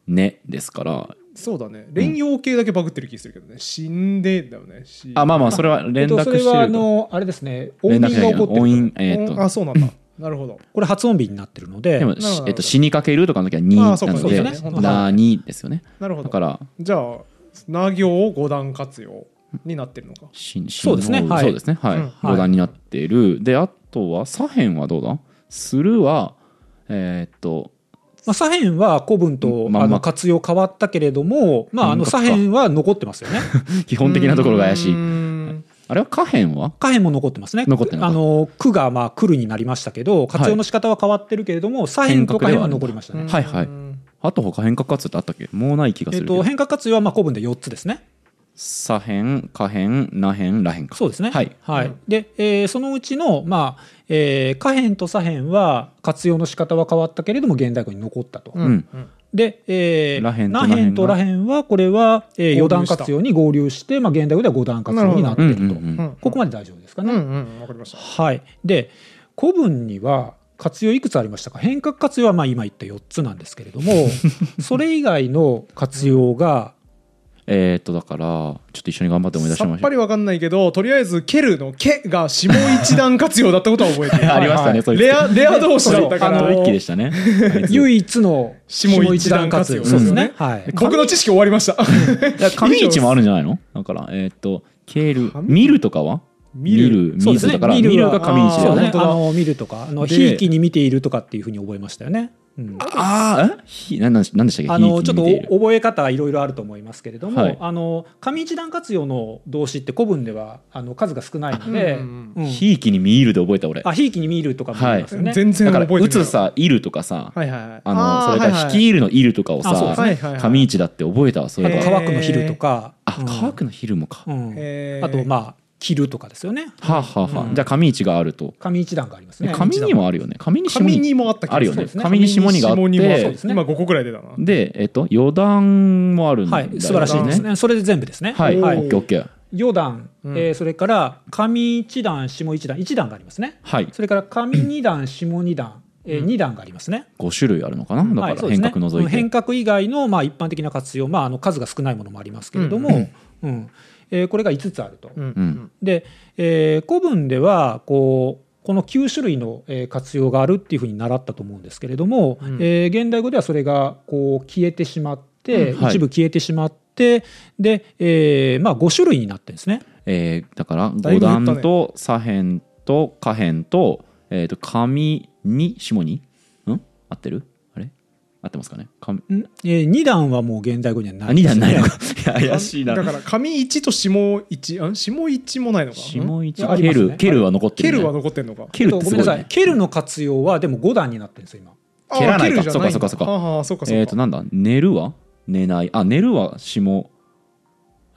ねですから
そうだね連用系だけバグってる気するけどね、死んでだよね死
あまあまあそれは連絡して
えっとそれはあ
るよ
のあれですね。音
連絡
韻が
じゃない
起
な
こってる
音韻えー
う
っ
んあ
と
そうなんだなるほど
これ発音日になってるので
でも
なるほど
えっと死にかけるとかの時はにな
あそうか
の
そ
で
うですね本当
なにですよね
なるほ
だ
ど
から
じゃあな行を五段活用になってるのか
しし
そうですね
の
はい
そうですねはい、
うん
五段になっているであとは左辺はどうだするはえーっと
まあ、左辺は古文
ま
と、
んま
あの活用変わったけれども、まあ、あの
変革か
左辺は残ってますよね。
基本的なところが怪し
う
い
ーん
あれは下辺は
下辺も残ってますね。
残ってるのか
あの区がまあ来るになりましたけど、活用の仕方は変わってるけれども、左辺と下辺は残りましたね。
はいはい
うん
あと他変革活動ってあったっけもうない気が
え
す
っ
るけど、
と変化活用はまあ古文で4つですね。
左辺下辺那辺ら辺か
そうですね。
はい
うん
で、えーそのうちの、まあ、えー下辺と左辺は活用の仕方は変わったけれども、現代語に残ったと。
うん
うん
うん
で、えー
らへんとらへんが
らへんとらへんは、これは、えー、
合流した
4段活用に合流して、まあ、現代語では5段活用になって
うん
る
う
と。
んうん
うん
ここまで大丈夫ですか
うん
ね。
うんわかりました
はい。で、古文には活用いくつありましたか変革活用はまあ今言った4つなんですけれども、それ以外の活用が、
えーっとだからちょっと一緒に頑張って思い出し
さ
ま
っ
しょ
ぱ
う
りわかんないけどとりあえず「蹴る」の「蹴」が下一段活用だったことは覚えてる
ありました
はいは
ね
い
それ
レアレア同士だったか
あ
ら
ト
の
リッキーでしたねあいつ
唯一の
下一段活用
下一段そうですね。
うん
はい。
僕の知識終わりました
いや紙市もあるんじゃないのだからえーっと蹴る
紙
見るとかは
見る
そう
見る
ですね
だから見
見る
る
は
が紙市だ
そ
よ
あー
うね
本
ね
当だ
あの見るとかあの
で
ひいきに見ているとかっていうふうに覚えましたよね。うん
ああえひなんなんなんでしたっけ
あ
ひ
の
い
ち
き
ょ
に
っと
見ている
お覚え方いろいろあると思いますけれども、
はい
あの上一段活用の動詞って古文ではあの数が少ないので
うん
うん
ひいきに見るで覚えた俺
あひいきに見るとかもありますよね。
全然
だか
覚え
ら
てない
打つさいるとかさ
はいはいはい
あのそれ
は
から
い
率いるのいるとかを
あそう
さ
です
はいはいはい
上市だって覚えたわそうい
あ
えば
と
へー
乾くの昼とか、
あ、
うん
乾くの昼もか。
う
は
ん
へー
あとまあ着るとかですよね。
あ、はあはあ
うん
じゃあ紙市があると。
上一段がありますね。
紙にもあるよね。紙に下
紙
に。
にもあった気が
あるよ
そ
ね
うです。
紙に下にがあって
紙に下にもそうですね
うん
今5個ぐらい出たな
で、えっと、余談もあるんだ
は
よね
い素晴らしいです。ね。それで全部ですね。
はい、オ
おー
ッケーオッケー。
四段、
うん
えーそれから上一段下一段一段がありますね。
はい、
それから上二段下二段、えー、
うん
二段がありますね。
5種類あるのかな。だ
は
か
い
ら
そう
変
ですね
革除い
うん変
て。
革以外のまあ一般的な活用、まあ、あの数が少ないものもありますけれども、
う
うんえーこれが5つあると。
うん
うん
で、えー古文ではこうこの9種類のえー活用があるっていうふうに習ったと思うんですけれども、
うん
えー現代語ではそれがこう消えてしまって、
うんはい
一部消えてしまってで、えーまあ、5種類になってるんですね。
えーだから、
だい
五
ぶ減ったね
段と左辺と下辺と、えっと、紙に下に。ん合ってるあれ合ってますかね紙
んえ2段はもう現代語にはない
あ、2段ないの
です
か
ね。
いや怪しいな
だ。から紙1と下1あ下1もないのか
下一、
あり
ケ
ますね
ル、ケルは残って
蹴
るね。
るは残ってんのか
ケルって
ご
す
め
ご
んないさい
ね。
ケルの活用はでも5段になってるんですよ今。
あ
蹴らないか
蹴るじゃんだ
そうかそうかそうか
ああそうかそうか
えっ、となんだ寝るは寝ないあ寝るは下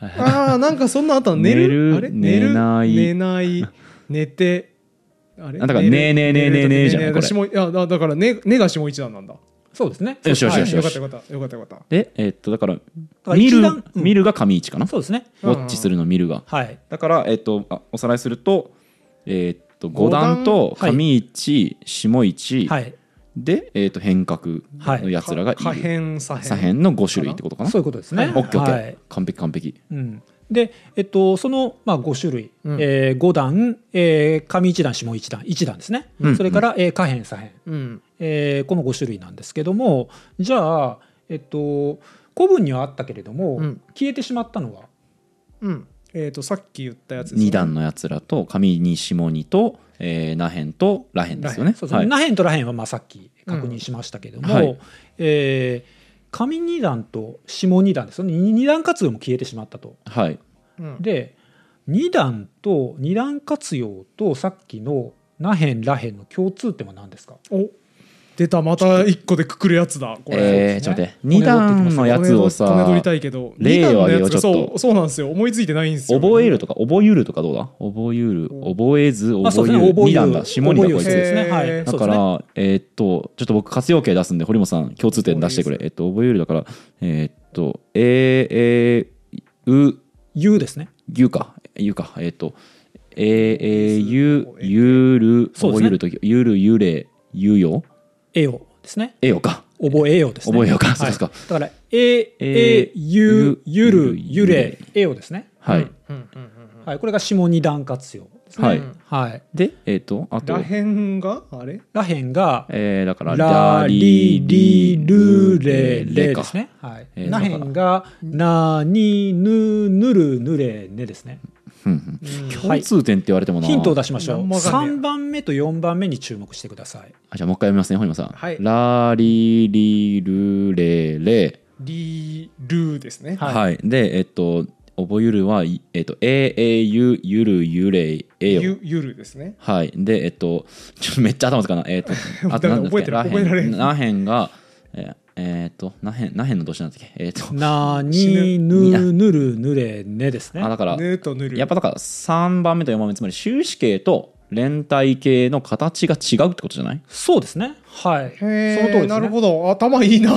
ああなんかそんなあったの寝る
寝る
あれ寝る
寝ない
寝 ない寝てあれ
あだから
寝る
ねえねえねえねえねえじゃな
寝
い
る
これ
下いやだだからねねが下一段なんだ
そうですね。
よしよし
はい
よしよ
かっ
した
よかったよかったよかっ
でえっ、とだから
から
見
一
る、
段うん
見るが上市かなウ
そうですね。
ォッチするの見るが
はい。
だからえっ、とあおさらいするとえっ、と
五
五
段
段と
はい
上市、下市、
はい。
で、えっと変革
はい
のやつらがい
た可
る、
変左
左
辺
辺の5種類ってことかな
そういうことですね。
オッケーオッケー、
はい
完璧完璧
うん、で、えっと、その、まあ、5種類、
うん
えー、5段、えー、上1段下1段1段ですね、
うん
それから、えー下辺左辺、
うん
えーこの5種類なんですけどもじゃあ、えっと、古文にはあったけれども、
うん
消えてしまったのは
うんえっとさっき言ったやつですね
2段のやつらと上に下にと、えー、那辺とら辺ですよね
そうですね、
はい、
那辺とら辺はまあさっき確認しましたけども、
うんはい
えー上2段と下2段ですよね2段活用も消えてしまったと。
はい、
うん
で2段と2段活用とさっきの「なへんらへん」の共通点は何ですか
お出たまた一個でくくるやつだこれ、
えー、ちょっと待って2段のやつ
こ
を
れ取り
さ
たいけど
例を挙げよ
二段のやつが
うちょっと
そうそうなんですよ思いついてないんですよ
覚えるとか覚ゆるとかどうだ覚ゆる覚えず
あそう
覚
で
ゆ
すね
る
覚え
2
ゆ
段だ下にだ
覚えゆ
こい
覚えゆ
つ
ですねは
へー
い
だ
そう
か
ですね
ら、えーっとちょっと僕活用形出すんで堀本さん共通点出してくれ
覚
えっと覚えゆるだからえーっとえー、えー、う
言うですね
ゆかゆかえーっとえー、えー、ゆ
覚え
ゆる
そう
覚え
ですね
ゆるときゆるゆれゆよ
えよですね
えよか
覚えようですね
覚えようか
はい
そうですか
だからええゆゆるゆれえよですね
はい、
うんうんうん
はいこれが下二段活用ですね
はい、
うん
はい
でえーっとあ
ら
と
へんがあれ
らへんが
えー、だから
ラリリルレレ
か
ですね。はい。
えー
なへんがなにぬぬるぬれねですね。
うんうん
うん
は
共
い
通点って言われてもな、
ヒントを出しましょ
なん
う。
もわかんねえ
三番目と四番目に注目してください。
あじゃあもう一回読みますね堀本さん、
はい
ラリリルレレ
リルですね
はい、でえっと覚ゆるは、いえっと、ええゆゆるゆれえよ
ゆゆるですね
はいでえっと ちょっとめっちゃ頭つかないえ っとあと何だっ
覚
け
えてる覚えられへん
なへんがえーえっとなへんなへんの年なんだっけえっと
なにぬぬるぬれねですね
あ。だから
ぬとぬる
やっぱだから3番目と4番目つまり終止形と連帯形の形が違うってことじゃない
そうですね。はい。その通り
へ
です
え
ね。
なるほど頭いい な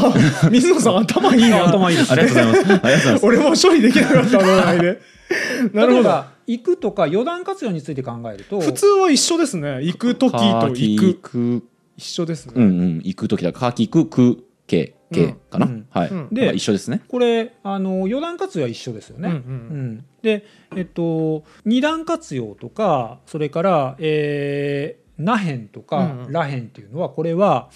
水野さん頭いいな
頭いいです
あり
ね
がとうございます。ありがとうございます。
俺も処理できなかったの ないでなる
例え
ほど
ば行くとか四段活用について考えると、
普通は一緒ですね行く時と
か
行
き
く
く。
一緒ですね、
うんうん。行く時だ。かきくくけ
う
け
ん
かな
うん。
はい
うん。
で一緒ですね。
これあの四段活用は一緒ですよね。
うんうん
うんで、えっと、二段活用とかそれから、えー、なへんと
うん
か
うん
らへんっていうのはこれは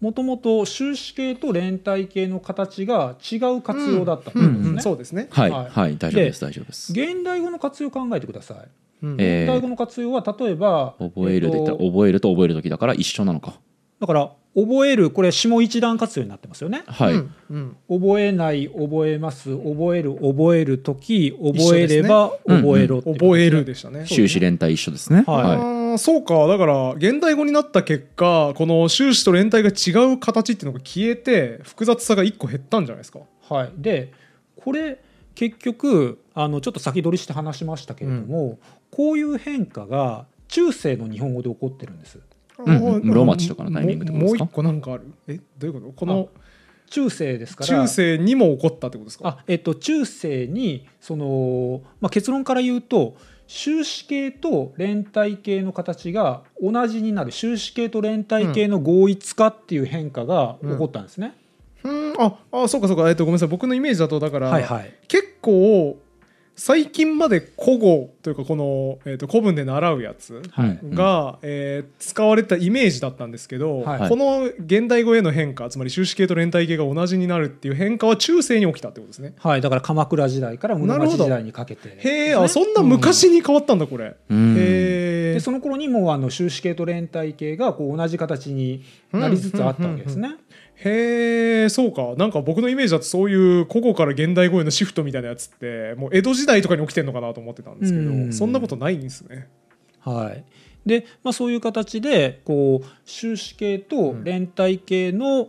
もともと終止形と連帯形の形が違う活用だった
うん
んですね。
うんそうですね、
はい
はい
はい大丈夫です大丈夫です。
現代語の活用考えてください。
うん
えー
現代語の活用は例えば
覚えるで言ったら
えっと
覚えると覚える時だから一緒なのか。
だから覚えるこれ下一段活用になってますよね。
はい。
うんうん
覚えない覚えます覚える覚える時覚えれば
ね
覚えろっていうこと
覚えるでしたね
終始連帯一緒ですね。
はい
はい。
あーそうかだから現代語になった結果この終始と連帯が違う形っていうのが消えて複雑さが1個減ったんじゃないですか
はい、でこれ結局あのちょっと先取りして話しましたけれども、こういう変化が中世の日本語で起こってるんです
うんうん
あー
室町とかのタイミングってこと
も
で
う
すか
1個なんかあるえどういうことこの
中世ですから
中世にも起こったってことですか
あ、えっと、中世にその、まあ、結論から言うと終止形と連帯形の形が同じになる終止形と連帯形の合一化っていう変化が起こったんですね。
うんああそうかそうか、えっと、ごめんなさい僕のイメージだとだから、
はいはい、
結構最近まで古語というかこの、えー、と古文で習うやつ
はい
はい
うん
が、えー使われたイメージだったんですけど、
はい
この現代語への変化つまり終止形と連帯形が同じになるっていう変化は中世に起きたってことですね。
はい、だから鎌倉時代から室
なる
町
ほど
時代にかけてですね、
へえ、あそんな昔に変わったんだこれ。
うん
へ
で
え。
その頃にもうあの終止形と連帯形がこう同じ形になりつつあったわけですね。
へえそうかなんか僕のイメージだとそういう古語から現代語へのシフトみたいなやつってもう江戸時代とかに起きてるのかなと思ってたんですけど、
うん
そんなことないんですね。
はいでまあ、そういう形でこう終止形と連帯形の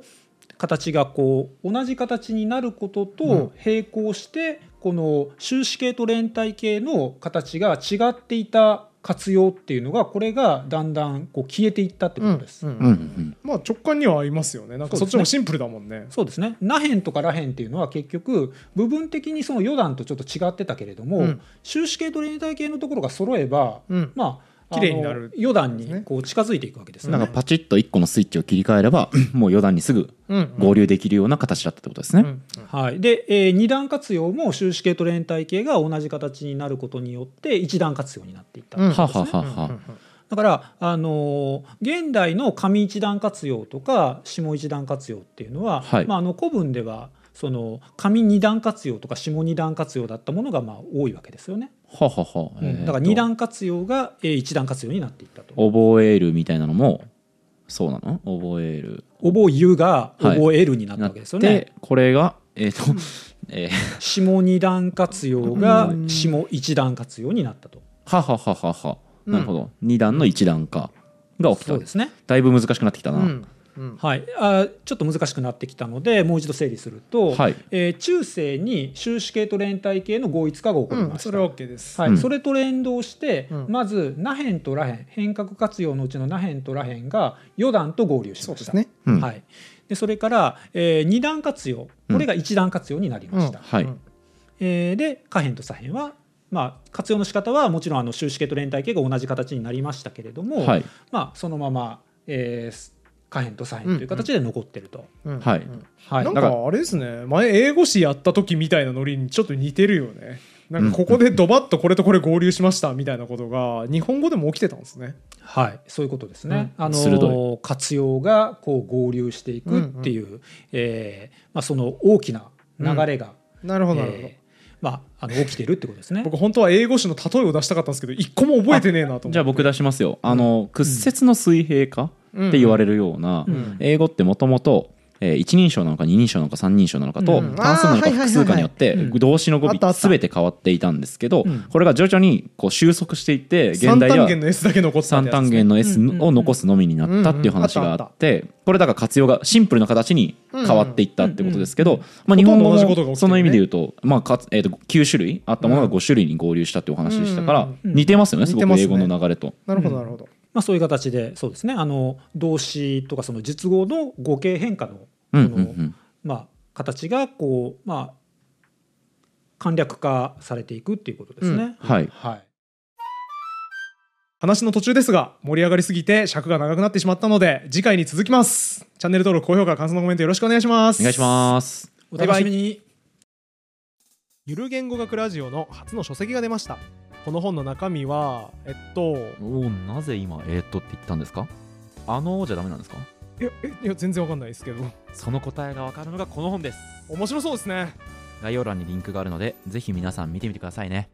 形がこう同じ形になること
うん
と並行してこの終止形と連帯形の形が違っていた活用っていうのがこれがだんだんこう消えていったってことです。
うんうん。
まあ直感には合いますよねなんかそっちの方がシンプルだもんね。
そうですね「なへん」とか「らへん」っていうのは結局部分的にその余談とちょっと違ってたけれども、
うん
終止形と連帯形のところが揃えば、
うん
まああの
綺麗になる
余談にこう近づいていくわけです
な
ね。
んかパチッと一個のスイッチを切り替えればもう余談にすぐ合流できるような形だったってことですね。
はい、で、えー、二段活用も終止形と連帯形が同じ形になることによって一段活用になっていった、
うん
はあはあはあはあ。
だから、あのー現代の上一段活用とか下一段活用っていうのは、
はい
まあ、あの古文ではその上二段活用とか下二段活用だったものがまあ多いわけですよね。
ははは。
うん
えーと
だから二段活用がえー一段活用になっていったと。
覚えるみたいなのもそうなの覚える
覚えゆが
はい
覚えるになったわけですよね。
でこれがえっ、と、 えー
下二段活用が下一段活用になったと。
ははははは、
うん
なるほど二段の一段化が起きた
そうですね。
だいぶ難しくなってきたな、
うん
うん
はい、あちょっと難しくなってきたのでもう一度整理すると、
はい
えー中世に習死系と連帯系の合一化が起こりました、
それは OK です。
はい
うん
それと連動して、
うん
まずナヘンとラヘン変革活用のうちのナヘンとラヘンが四段と合流し
そう
ま
で
した
すね。
うん
はい、でそれから、えー、二段活用これが一段活用になりました、
はい
うん
えーで下辺と左辺は、まあ、活用の仕方はもちろんあの収支系と連帯系が同じ形になりましたけれども、
はい
まあ、そのまま、えー下辺と左辺という形で残ってると。
うん
はい
うん
はい
なん
だ
か
か
あれですね前英語詞やった時みたいなノリにちょっと似てるよねなんかここでドバッとこれとこれ合流しましたみたいなことが日本語でも起きてたんですね
はい、そういうことですね。あの
鋭
活用がこう合流していくっていう、えーまあその大きな流れが、
なるほどなるほど
えーまああの起きてるってことですね。
僕本当は英語詞の例えを出したかったんですけど一個も覚えてねえなと思って
じゃあ僕出しますよあの屈折の水平化
うん
って言われるような
うん
英語ってもともと一人称なのか二人称なのか三人称なのかと
うん
単数なの
あーは
か
いはいはいはい
複数かによって
うん
動詞の語
あったあ
尾
った
全て変わっていたんですけど
うん
これが徐々にこう収束していって現
三
代で
単
は
元の S だけ残ってた
三
ってやつ
単
ですね
元の S
うんうんうん
を残すのみになったっていう話があってこれだから活用がシンプルな形に変わっていったってことですけ
う
ど
んうん
まあ日本
ほ
語
とんど同じことが起きてる
も
ね
その意味で言うとまあかつえーと9種類あったものが5種類に合流したっていうお話でしたから
うん
うん
似てますよねすご
似て
く
ますね
英語の流れと。
なるほどなるほど、
まあそういう形でそうですね。あの動詞とかその述語の語形変化のこ
うん
の、
うんうん
まあ形がこうまあ簡略化されていくっていうことですね。
はい
はい。
話の途中ですが盛り上がりすぎて尺が長くなってしまったので次回に続きますチャンネル登録高評価感想のコメントよろしくお願いします
お願いします。
お楽しみに。
ゆる言語学ラジオの初の書籍が出ましたこの本の中身はえっと
おおなぜ今えー、っとって言ったんですかあのー、じゃダメなんですか
いやえいや全然わかんないですけど
その答えがわかるのがこの本です
面白そうですね
概要欄にリンクがあるのでぜひ皆さん見てみてくださいね